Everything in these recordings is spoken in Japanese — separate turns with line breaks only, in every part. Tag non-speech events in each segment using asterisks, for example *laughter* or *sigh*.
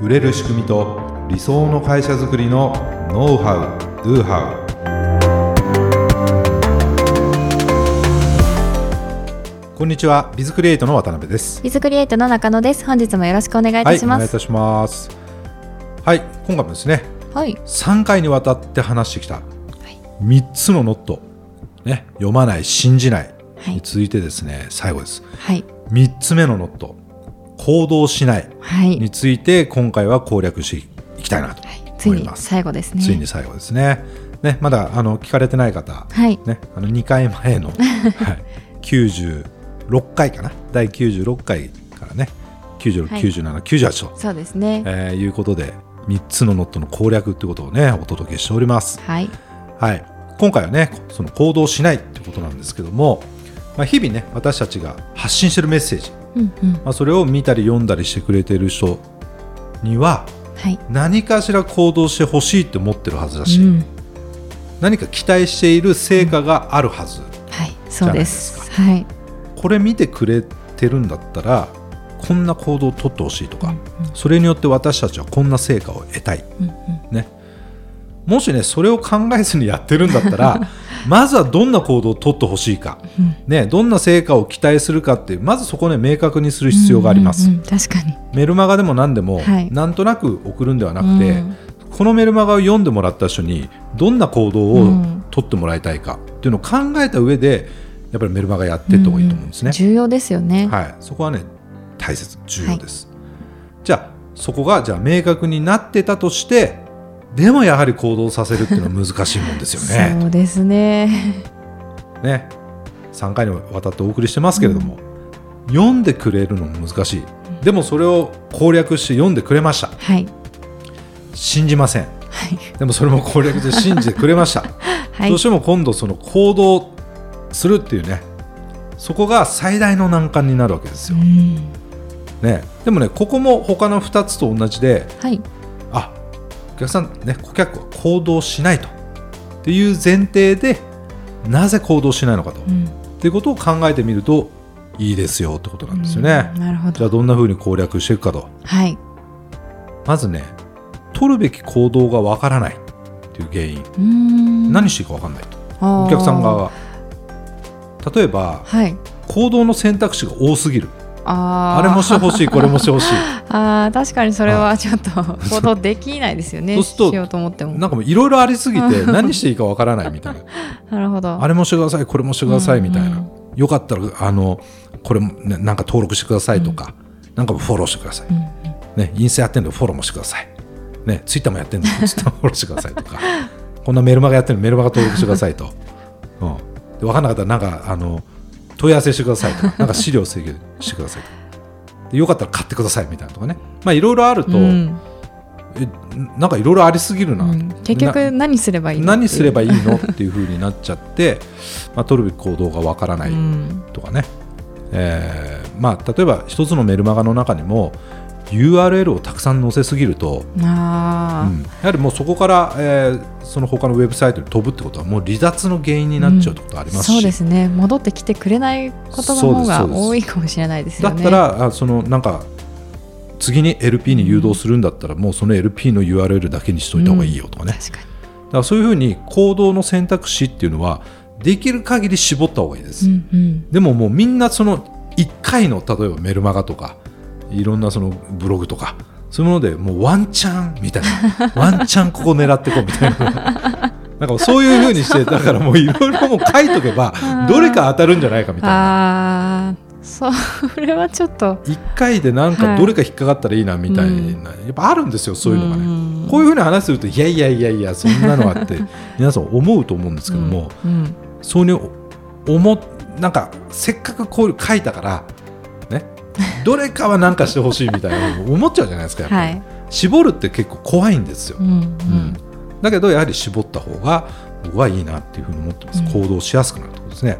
売れる仕組みと理想の会社づくりのノウハウ・ドゥハウこんにちはビズクリエイトの渡辺です
ビズクリエイトの中野です。本日もよろしくお願いいたし
はいお
ま
願いい
す。
たしますはい今回もですね
はい、
3回にわたって話してきた
い
3つのノット、ね、読まない信じない
はい
に続いてですね、最後です
はい、
3つ目のノット行動しない
はい、
について今回は攻略していきたいなと
はいつい
思い
に
ます、
最後ですね。
ついに最後ですねねまだあの聞かれてない方、
はい、
ね、あの2回前
*laughs*
の、はい、96回かな第96回からね96、
はい
97、98と、
そうですね。
えーいうことで3つのノットの攻略ということをねお届けしております。
はい、
はい、今回はねその行動しないってことなんですけども、まあ、日々ね私たちが発信してるメッセージ、
うんうん、
まあ、それを見たり読んだりしてくれてる人には
はい、
何かしら行動してほしいって思ってるはずだし、
うん、
何か期待している成果があるはず、
はい、そうです。はい、
これ見てくれてるんだったらこんな行動をとってほしいとか、
うんうん
それによって私たちはこんな成果を得たい、
うんうん、
ね、もしねそれを考えずにやってるんだった
*laughs*
らまずはどんな行動をとってほしいか、
うん
ね、どんな成果を期待するかっていうまずそこね明確にする必要があります、
うんうんうん確かに。
メルマガでも何でも、
はい
なんとなく送るんではなくて、
うん
このメルマガを読んでもらった人にどんな行動
う
を
ん
とってもらいたいかっていうのを考えた上でやっぱりメルマガやっていった方がいいと思うんですね、
重要ですよね。
はい、そこはね大切重要です、じゃあそこがじゃあ明確になってたとしてでもやはり行動させるっていうのは難しいもんですよね
*laughs* そうですね。
ね3回にわたってお送りしてますけれども、読んでくれるのも難しいでもそれを攻略して読んでくれました
はい、
信じません
はい、
でもそれも攻略して信じてくれました、
は
どう
い
し、ても今度その行動するっていうねそこが最大の難関になるわけです
う
よ、
ん
ね、でもねここも他の2つと同じで
はい、
あお客さんね顧客は行動しないとっていう前提でなぜ行動しないのかと、
う
っ
ん
ていうことを考えてみるといいですよってことなんですよね、
うんなるほ
じゃ
ど。
あどんな風に攻略していくかと
はい、
まずね取るべき行動がわからないっていう原因、
何
何していいかわかんないとお客さん側は例えば
はい、
行動の選択肢が多すぎる
あ
あ
ー
れもしてほ
*laughs*
しいこれもしてほしい
あー確かにそれ
は
は
*laughs*
ちょっと行動できないですよね
そうすると
しようと思っても
なんかもういろいろありすぎて何していいかわからないみたい
*laughs*
な
なるほど
あれもしてくださいこれもしてくださいみたいな、
うん
よかったらあのこれも、ね、なんか登録してくださいとか、なんかフォローしてください、
うんうん
ね、インスタやってんのフォローもしてください、ね、ツイッターもやってんのツイッターもフォローしてくださいと
*laughs*
かこんなメルマガやってるのメルマガ登録してくださいと、うん、で分かんなかったらなんかあの問い合わせしてくださいとかなんか資料請求してくださいとかでよかったら買ってくださいみたいなとかねまあいろいろあると、
うん
えなんかいろいろありすぎるな、
うん結局何すればいいの
何すれば
い
いいのっていう風になっちゃって、まあ、取るべき行動がわからない
うん
とかね、えーまあ、例えば一つのメルマガの中にも URL をたくさん載せすぎると、
あ
うんやはりもうそこから、えーその他のウェブサイトに飛ぶってことはもう離脱の原因に
ー
なっちゃうってことありますし、
そうですね戻ってきてくれないことの方
そう
が
ですそうです
多いかもしれないです
だ
よ
っ
ね
たらあそのなんか次に LP に誘導するんだったら、もうその LP の URL だけにしといた方がいいよとかね、
確か
だからそういうふうに行動の選択肢っていうのはできる限り絞った方がいいです。
にうんうん
でももうみんなその1回の例えばメルマガとかいろんなそのブログとかそういうものでもうワンチャンみたい *laughs* なワンチャンここ狙ってこうみたいな。なんかそういうふうにしてだからもういろいろもう書いとけば
ー
どれか当たるんじゃないかみたいな
ああそれはちょっと
1回でなんかどれか引っかかったらいいなみたいな、やっぱあるんですよそういうのがね、
ね
こういう
う
ふうに話するといやいやいやいやそんなのはって *laughs* 皆さん思うと思うんですけども、
んうん
そうに思っなんかせっかくこう書いたから
*laughs*
ねどれかは何かしてほしいみたいな思っちゃうじゃないですかやっぱ
は
り、
い
絞るって結構怖いんですよ、
うんうん
うんだけどやはり絞った方が僕はいいなっていうふうに思ってます、
うん
行動しやすくなるってことですね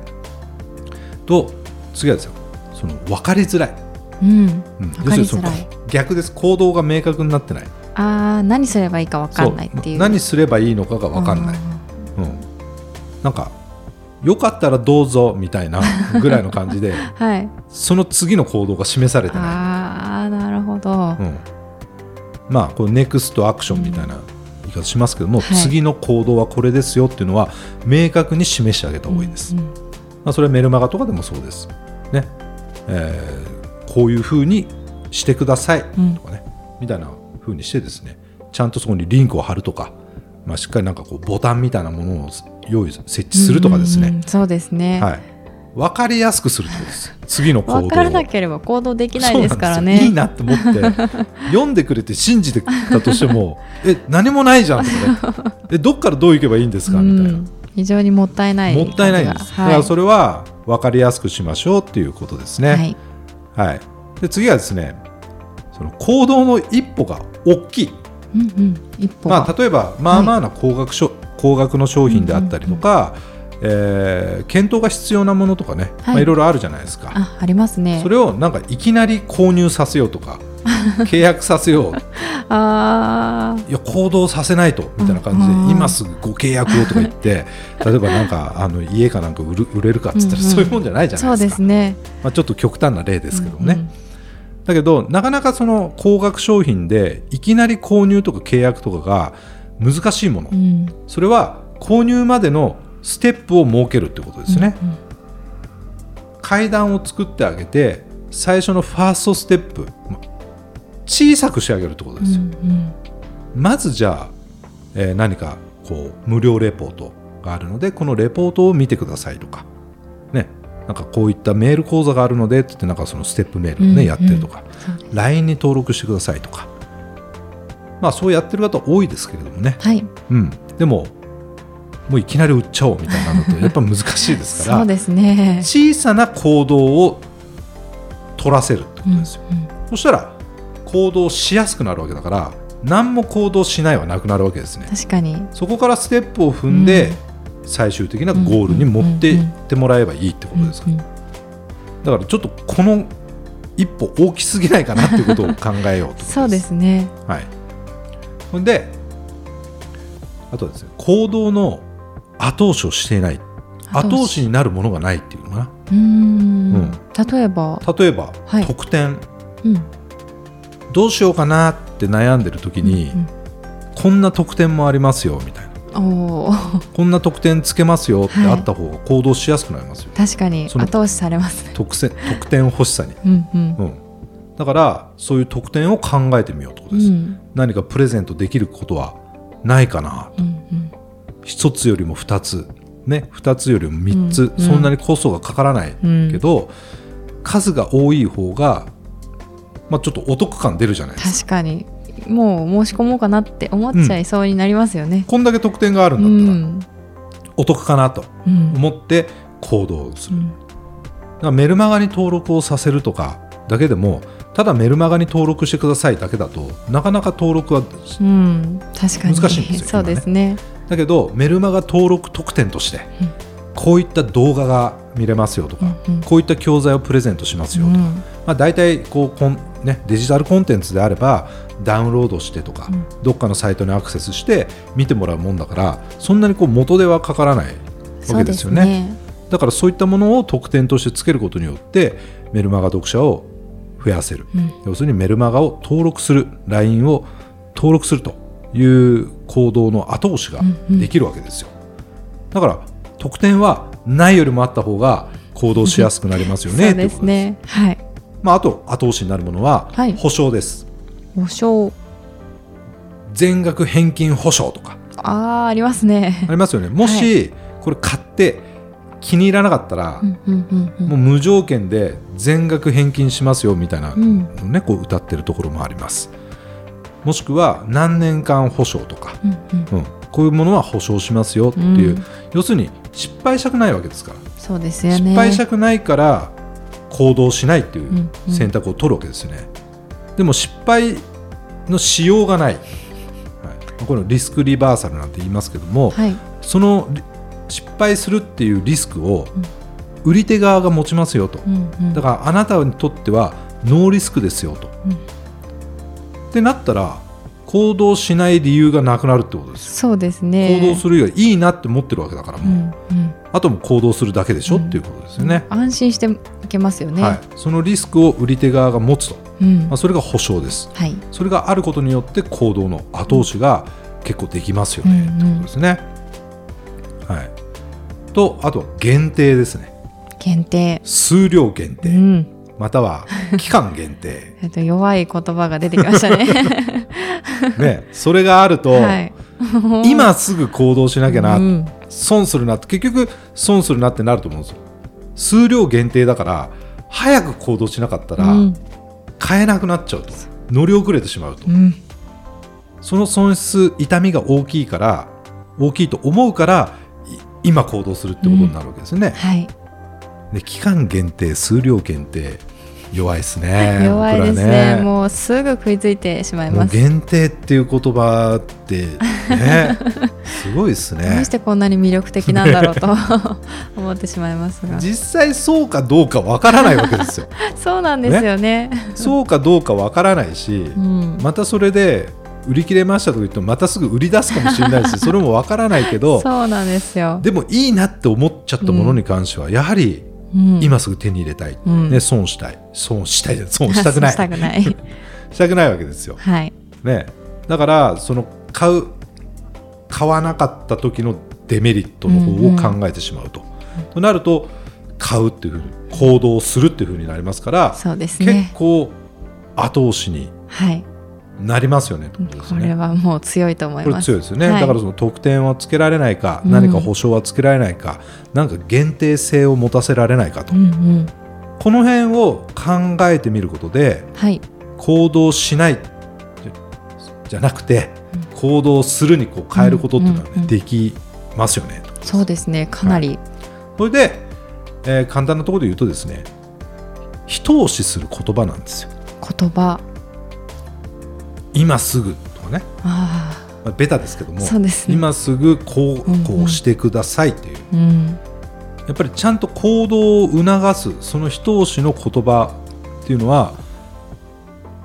と次はですよその分かりづらい、
うん
うん
分かりづらい
要するにその逆です行動が明確になってない
ああ何すればいいか分かんないってい
そうう何すればいいのかが分かんないうん、なんかよかったらどうぞみたい
*laughs*
なぐらいの感じで
あーはい
その次の行動が示されてな
ああなるほど、
い、うん、まあ、このネクストアクションみたいな言い方しますけども、
はい
次の行動はこれですよっていうのは明確に示してあげた方がいいです、
うん
まあ、それはメルマガとかでもそうです、ねえーこういうふうにしてください
うん
とかね、みたいなふうにしてですねちゃんとそこにリンクを貼るとか、まあ、しっかりなんかこうボタンみたいなものを用意設置するとかですね、
うんうんうんそうですね。
はい、分かりやすくするってことです次の行動を
分からなければ行動できないですからね。
そうなんですよいいなと思
*laughs*
って読んでくれて信じてたとしてもえ何もないじゃんと
*laughs*
かねえどっからどう行けばいいんですかみたいな、
うん非常にもったいない
もったいないんです、
感
だ
じ
か
が
らそれは分かりやすくしましょうっていうことです
はいは
ね
い
はい、で次はですねその行動の一歩が大きい、
うんうん一歩が
まあ、例えばまあまあな高額しょ、高額の商品であったりとか、えー検討が必要なものとかね、
は
ま
い
あ、いろいろあるじゃないですか、
あありますね
そ。れをなんかいきなり購入させようとか
*laughs*
契約させよう
あー
いや行動させないとみたいな感じで、
うんうん
今すぐご契約をとか言って
*laughs*
例えばなんかあの家かなんか売る売れるかっつったら、
うんうん
そういうもんじゃないじゃな
そ
いうで
です
か
すね。
まあ、ちょっと極端な例ですけどもね、
うんうん
だけどなかなかその高額商品でいきなり購入とか契約とかが難しいもの、
うん
それは購入までのステップを設けるってことですね、
うんうん
階段を作ってあげて最初のファーストステップま小さくしてあげるってことですよ、
うん
まずじゃあ、えー何かこう無料レポートがあるのでこのレポートを見てくださいとかねなんかこういったメール講座があるのでって言ってなんかそのステップメールをね、
うんうん
やってるとか
そうです
LINE に登録してくださいとかまあそうやってる方多いですけれどもね、
はい
うん、でももういきなり売っちゃおうみたいなのとやっぱ難しいですから
*laughs* そうですね。
小さな行動を取らせるってことですよ、
うんうん
そしたら行動しやすくなるわけだから何も行動しないはなくなるわけですね
確かに
そこからステップを踏んで、最終的なゴールに持っていってもらえばいいってことですか
うんうん
だからちょっとこの一歩大きすぎないかなっていうことを考えようってこと
*laughs* そうですね。
はい、ほんであとはですね行動の後押しをしていない後押しになるものがないっていうのかな
うーん
うん
例えば、
例えば、
はい
特典
うん
どうしようかなって悩んでる時に、こんな特典もありますよみたいな
うんおー *laughs*
こんな特典つけますよって
はい
あった方が行動しやすくなりますよ、
確かに
その
後押しされますね。
特せ特典欲しさに、
うんうん
うん、だからそういう特典を考えてみようってこと
う
です、
ん
何かプレゼントできることはないかな
うんうん
一つよりも二つね二つよりも三つ、
うん
そんなにコストがかからない
うん
けど、数が多い方がまあちょっとお得感出るじゃないですか
確かにもう申し込もうかなって思っちゃいそうになりますよね。
こんだけ特典がある
うん
だったら、
ん
お得かなと
うん
思って行動す
う
る、
ん
だからメルマガに登録をさせるとかだけでもただメルマガに登録してくださいだけだとなかなか登録は
うん確かに
難しいんですよ
そうですね。
だけどメルマガ登録特典として、
うん
こういった動画が見れますよとか、
うんうん
こういった教材をプレゼントしますよとか、
うん
まあ、大体こうこん、ね、デジタルコンテンツであればダウンロードしてとか、
うん
どっかのサイトにアクセスして見てもらうもんだからそんなにこう元手はかからないわ
そ
け
う
で
ですす
よね。
ね。
だからそういったものを特典としてつけることによってメルマガ読者を増やせる、
うん
要するにメルマガを登録する LINE を登録するという行動の後押しができるわけですよ、だから特典はないよりもあった方が行動しやすくなりますよね
そう
ってい
で
うこ
す
とです
ね。はい。
まあ、あと後押しになるものは
はい
保証です、
保証
全額返金保証とか
あーありますね
あ。りますよねもしこれ買って気に入らなかったら、
うんうんうんうん
もう無条件で全額返金しますよみたいな
う
の
ん
をね、こう歌ってるところもありますもしくは何年間保証とか、
うんうん
うん、こういうものは保証しますよっていう、
うん
要するに失敗したくないわけですから、
そうですよね。
失敗したくないから行動しないってい
ん
う
うん
選択を取るわけですよね、でも失敗のしようがない、はいまあ、これをリスクリバーサルなんて言いますけども、
はい。
そのリ失敗するっていうリスクを
うん
売り手側が持ちますよと、
うんうん
だからあなたにとってはノーリスクですよと。
うん
ってなったら行動しない理由がなくなるってことですよ。
そうですね。
行動するよりいいなって思ってるわけだから
う
もう、
んうん
あともう行動するだけでしょ、
う
っ
ん
ていうことですよね。
安心していけますよね。
はい、そのリスクを売り手側が持つと
うん
まあ、それが保証です
はい
それがあることによって行動の後押しが結構できますよね、
うんうん
ってことですね。はい、とあとは限定ですね
限定
数量限
う
定、
ん
または期間限定
えっと弱い言葉が出てきましたね
ね *laughs* それがあると、
*laughs* はい
今すぐ行動しなきゃな、
うん
損するなって結局損するなってなると思うんですよ数量限定だから早く行動しなかったら
うん
買えなくなっちゃうと、乗り遅れてしまうと
うん
その損失痛みが大きいから大きいと思うからい今行動するってことになるわけですよね、
はい
で期間限定数量限定弱いですね
*laughs* 弱いです
僕ら
ねもうすぐ食いついてしまい
もう
ます
限定っていう言葉って
*laughs*
ねすごいです
どう
ね
してこんなに魅力的なんだろう
*laughs*
と思ってしまいますが
実際そうかどうかわからないわけ
*laughs*
ですよ
そうなんですよね
そうかどうかわからないし
うん
またそれで売り切れましたと言ってもまたすぐ売り出すかもしれ
*laughs*
ないしそれもわからないけど
そうなんですよ
でもいいなって思っちゃったものに関しては、やはり
うん
今すぐ手に入れたい、
うん
ね、損したい損したい
*laughs*
じゃない損したくない
し
した
くない
*laughs* たくないわけですよ、
はい
ね、だからその買う買わなかった時のデメリットの方を考えてしまうと、となると買うっていうふうに行動するっていうふうになりますから、
そうです
結
ね
構後押しに
はい
なりますよねってことです
こ
ね
れはもう強いと思い
これ
ます
強いですよね、
はい
だからその得点はつけられないか、
うん
何か保証はつけられないか何か限定性を持たせられないかと、
うんうん
この辺を考えてみることで
はい
行動しないじゃじゃなくて
うん
行動するにこう変えることっていうのは、ね
うんうんうん
できますよね
そうですねかなり
それで、えー簡単なところで言うとですね一押しする言葉なんですよ
言葉、
今すぐとかね、
あ
まあ、ベタですけど
あ
も、
そうですね
今すぐこ
うんう
うんこうしてくださいっていう
うん
やっぱりちゃんと行動を促すその一押しの言葉っていうのは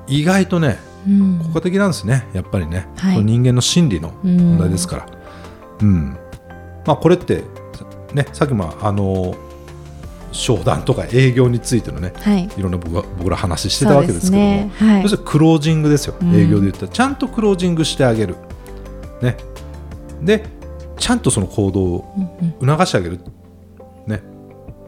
意外とね
うん
効果的なんですねやっぱりね、
はい
この人間の心理の問題ですから、うんまあ、これって、ね、さっきもあの商談とか営業についてのね
はい
いろんな僕が僕ら話してたわけですけども
そうですねはい
要するにクロージングですよ、
うん
営業で言ったらちゃんとクロージングしてあげる、ね、でちゃんとその行動を
うんうん
促してあげる、ね、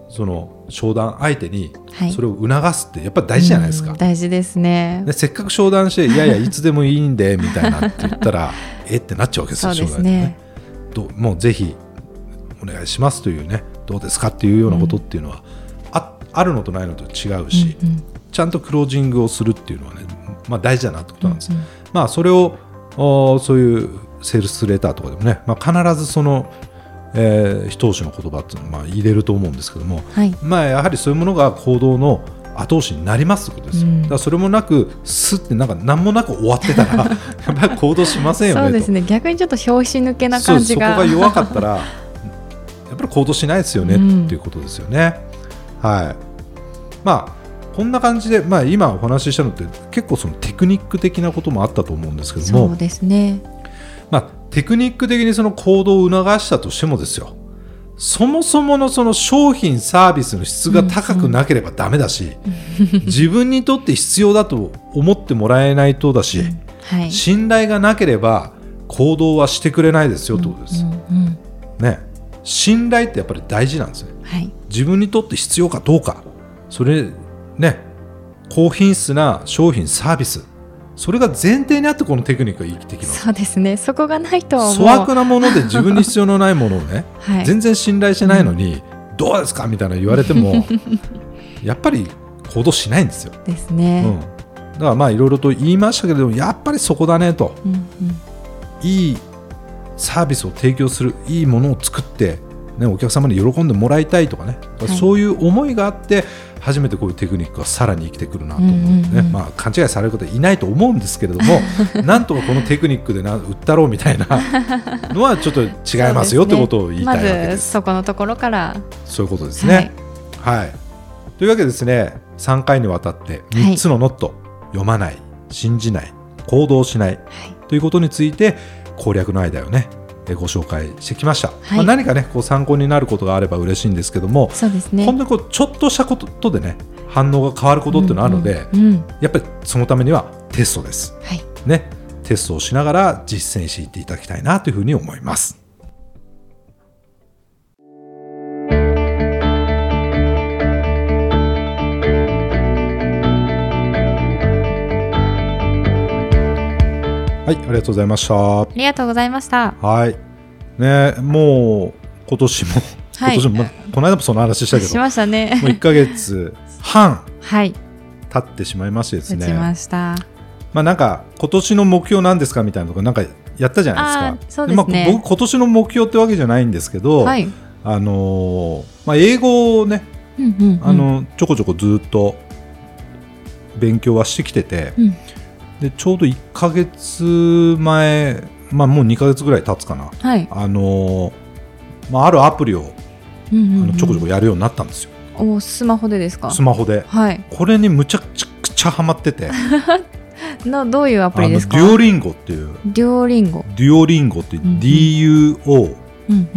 その商談相手に
はい
それを促すってやっぱり大事じゃないですか、
うん大事ですね
ね、せっかく商談して「
*laughs*
いやいやいつでもいいんで」みたいなって言ったら *laughs* 「えっ?」てなっちゃうわけです
そ
よ
うで
商
す
談っ
ね
てねどうもうぜひお願いしますというねどうですかっていうようなことっていうのは、ああるのとないのと違うし、
うんうん
ちゃんとクロージングをするっていうのはね、まあ、大事だなってことなんです、
うんうん
まあ、それをおーそういうセールスレターとかでもね、まあ、必ずその、えー、一押しの言葉っていうのをまあ入れると思うんですけども、
はい
まあ、やはりそういうものが行動の後押しになりますってことですよ、
うん
だからそれもなくすってなんか何もなく終わってた
*laughs*
らやっぱり行動しませんよね
そうで
と
すね逆にちょっと拍子抜けな
そう
感
そ
じ
こ
が
が弱かったらやっぱり行動しないですよね、
うん
っていうことですよね。はいまあこんな感じで、まあ、今お話ししたのって結構そのテクニック的なこともあったと思うんですけど
そ
も
う、ですね
まあ、テクニック的にその行動を促したとしてもですよそもそものその商品サービスの質が高くなければダメだし、自分にとって必要だと思ってもらえないとだし、
はい
信頼がなければ行動はしてくれないですよってことです、
うんうん
ね信頼ってやっぱり大事なんですね
うんはい
自分にとって必要かどうかそれね高品質な商品サービスそれが前提にあってこのテクニックが生きてきます
そうですねそこがないともう
粗悪なもので自分に必要のないものをね、
*laughs* はい
全然信頼してないのに、どうですかみたいな言われて
*laughs*
もやっぱり行動しないんですよ、
です
う
ね
ん、だからまあいろいろと言いましたけれどもやっぱりそこだねと
うんうん
いいサービスを提供するいいものを作って、ね、お客様に喜んでもらいたいとかね、
い
そういう思いがあって初めてこういうテクニックがさらに生きてくるなと思う
うんうん
ね
うん
まあ、勘違いされる方いないと思うんですけれど
*laughs*
もなんとかこのテクニックでな売ったろうみたいなのはちょっと違いますよってことを言いたいわけ
ま
で
ず
す。
そこのところから
そういうことですね、はいというわけでですね3回にわたって3つのノット、読まない信じない行動しない
はい
ということについて攻略の間をねえーご紹介してきました、
はい
まあ、何かねこう参考になることがあれば嬉しいんですけども
そうです
本
ね
当にこうちょっとしたことでね反応が変わることっていうのがあるので、
うんうんうん
やっぱりそのためにはテストです。
はい
ね、テストをしながら実践していっていただきたいなというふうに思います。はい、ありがとうございました。は
ありがとうございました
い、ね、もう今年も、
はい
今年も、まこの間もその話したけ
し
ど、
ました
もう1
ね
ヶ月半
はい
経ってしまいましてです
打
ね。
ちました
まあ、なんか今年の目標なんですかみたいなとかなんかやったじゃないですか。
あーそうですね
まあ、僕今年の目標ってわけじゃないんですけど、
はい
あのーまあ、英語をね、
うんうんうん
あのちょこちょこずっと勉強はしてきてて、
うん
でちょうど1か月前、まあ、もう2か月ぐらい経つかな、
はい
あのーまあ、あるアプリを
うん
あ
うんう
の
ん
ちょこちょこやるようになったんですよ、
おスマホでですか
スマホで。
はい
これにむちゃくちゃハマってて
などういうア
あ
プリ
のデ
ですか
ュオリンゴっていう
デュオリンゴ
デュオリンゴって
んうん
DUOLINGO
うん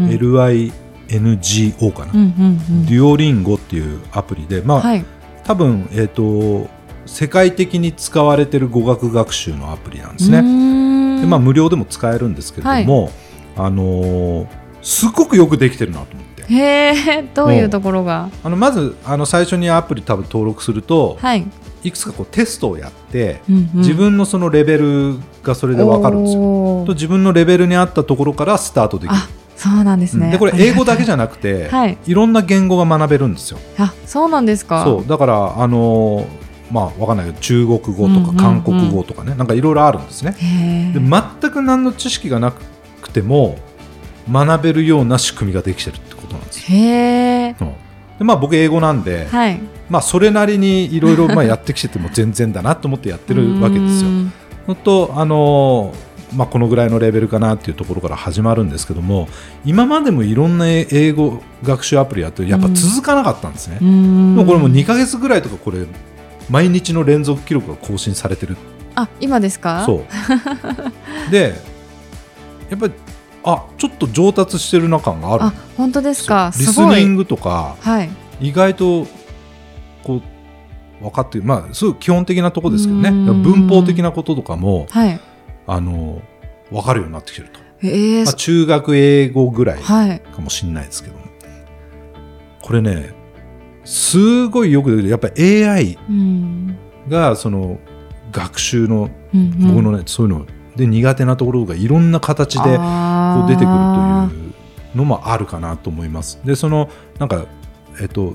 うん
かな、
うんうんうん
デュオリンゴっていうアプリで、まあ
はい
多分、えー、と世界的に使われてる語学学習のアプリなんです
う
ね、
ー
で
ん
まあ、無料でも使えるんですけれども、あのーすっごくよくできてるなと思って
へえどういうところが
あのまずあの最初にアプリ多分登録すると、
はい、
い、くつかこうテストをやって、
うんうん
自分のそのレベルがそれで分かるんですよ
おー
と自分のレベルに合ったところからスタートできる
あそうなんですね、
でこれ英語だけじ
ゃ
ゃなくて、
はいい、
ろんな言語が学べるんですよ。
あそうなんですか
そうだからあのーまあわかんないけど中国語
うん
と
うんう
か韓
ん
国語とかね、なんかいろいろあるんですね。
へえ
で全く何の知識がなくても学べるような仕組みができてるってことなんですよ。
へえ
うんでまあ、僕英語なんで、
はい
まあ、それなりにいろいろまあやってきてても全然だなと思ってやってるわけですよ
うー。ん
本当あのーまあ、このぐらいのレベルかなっていうところから始まるんですけども今までもいろんな英語学習アプリやってやっぱ続かなかったんですね、
うーん
もうこれも2ヶ月ぐらいとかこれ毎日の連続記録が更新されてる
あ今ですか
そう
*laughs*
でやっぱりあちょっと上達してるな感がある
あ本当ですか
そうリ
す
ス
ご
ニン
い
グとか
はい
意外とこう分かってるまあすごい基本的なところですけどね
うん
文法的なこととかも
はい
あの分かるようになってきてると、
ええ
まあ、中学英語ぐらいか
はい
もしれないですけどもこれねすごいよくできるやっぱり AI
うん
がその学習の
うんうん
僕のね、そういうので苦手なところがいろんな形でこ
こ
う出てくるというのもあるかなと思います。でそのなんかえっと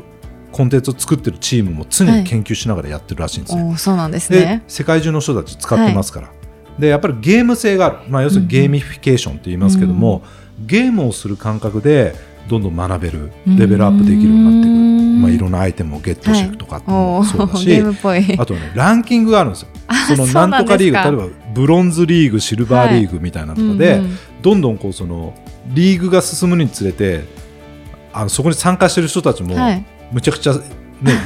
コンテンツを作ってるチームも常
は
に
い
研究しながらやってるらしいんですね。
おーそうなんです
で
ね
世界中の人たち使ってますから、でやっぱりゲーム性がある、まあ、要するにゲーミフィケーションって言いますけども、ゲームをする感覚でどんどん学べるレベルアップできるようになってくる、
うん
まあ、いろんなアイテムをゲットしていくとかっていうのも
お
そうだ
ー
し
ゲームっぽい
あとねランキングがあるんですよその
そう
な
なんん
とかリーグ例
ですか
えばブロンズリーグシルバーリーグみたいなとかで、
うんうん
どんどんこうそのリーグが進むにつれてあのそこに参加してる人たちも、
はい
むちゃくちゃ、ね、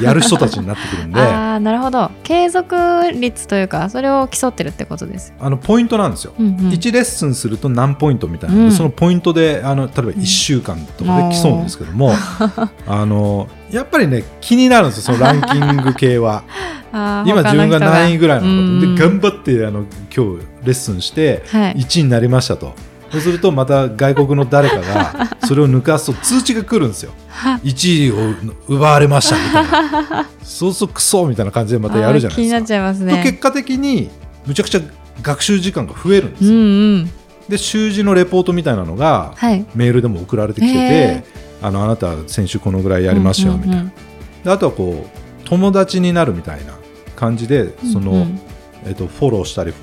やる人たちになってくるんであ
*laughs* ああなるほど継続率というかそれを競ってるってことです
のポイントなんですよ。
うんうん
1レッスンすると何ポイントみたいなので、
うん
そのポイントであの例えば1週間とかで競うんですけども、
*laughs*
あのやっぱりね気になるんですよそのランキング系は
*laughs* あー
今自
他の
分
人
が何位ぐらいなのか
う
と
ん
で頑張ってあの今日レッスンして
はい
1位になりましたと。そうするとまた外国の誰かが
*laughs*
それを抜かすと通知が来るんですよ1位を奪われましたみたいなそうそうクソみたいな感じでまたやるじゃない
あー気にな
で
っ
す
ちゃいます
か、と
ね
結果的にむちゃくちゃ学習時間が増えるんです
う
よ、
んうん
で習字のレポートみたいなのが
はい
メールでも送られてきてて
へ
あのあなた先週このぐらいやりましたよみたいな、
うんうんうん
であとはこう友達になるみたいな感じでその、
うんうん
えっとフォローしたり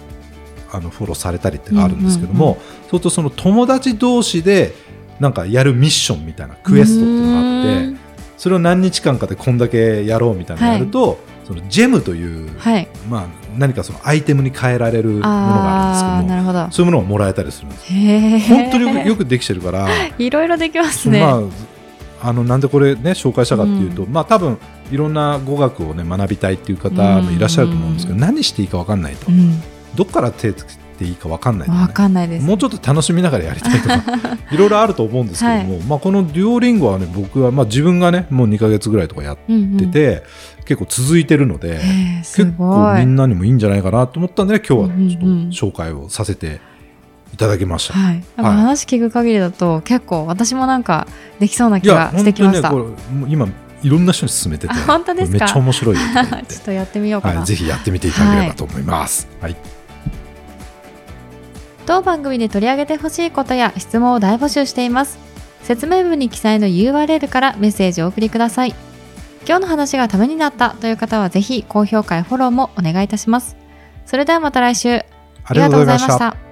あのフォローされたりってのがあるんですけども、そうするとその友達同士でなんかやるミッションみたいなクエストっていうのがあってそれを何日間かでこんだけやろうみたいなのをやると、そのジェムという、
はい
まあ、何かそのアイテムに変えられるものがあ
あ
る
あ
んですけど
な
も
るほど
そういうものをもらえたりするんです
へえ
本当によくよくできてるから、
*laughs* いろいろできますね、
まあ、あのなんでこれね紹介したかっていうと、まあ多分いろんな語学をね学びたいっていう方もいらっしゃると思うんですけど、
う
何していいか分かんないと、
うん
どっから手つけていいか分かんないとかね
わかんないです
もうちょっと楽しみながらやりたい
*laughs*
とかいろいろあると思うんですけども、まあ、このデュオリンゴはね僕は、まあ、自分がねもう2ヶ月ぐらいとかやっ
うんうん
てて、結構続いてるので、
えー、す
結
ご
構み
い。
んなにもいいんじゃないかなと思ったんで、今日はち
うんうんうん
ょっと紹介をさせていただきました。
はい、なんか
はい
話聞く限りだと結構私もなんかできそうない気
や、
がし
本
てき
当
ま
に
し
ね、
た。
これもう今いろんな人に勧めてて、
あ本当で
こ
すか
れめっちゃ面白いよと思
*laughs*
って
ちょっとやってみようかな、
はい、ぜひやってみていただければと思います。はい、
当番組で取り上げてほしいことや質問を大募集しています説明文に記載の URL からメッセージをお送りください今日の話がためになったという方はぜひ高評価やフォローもお願いいたしますそれではまた来週
ありがとうございました。
た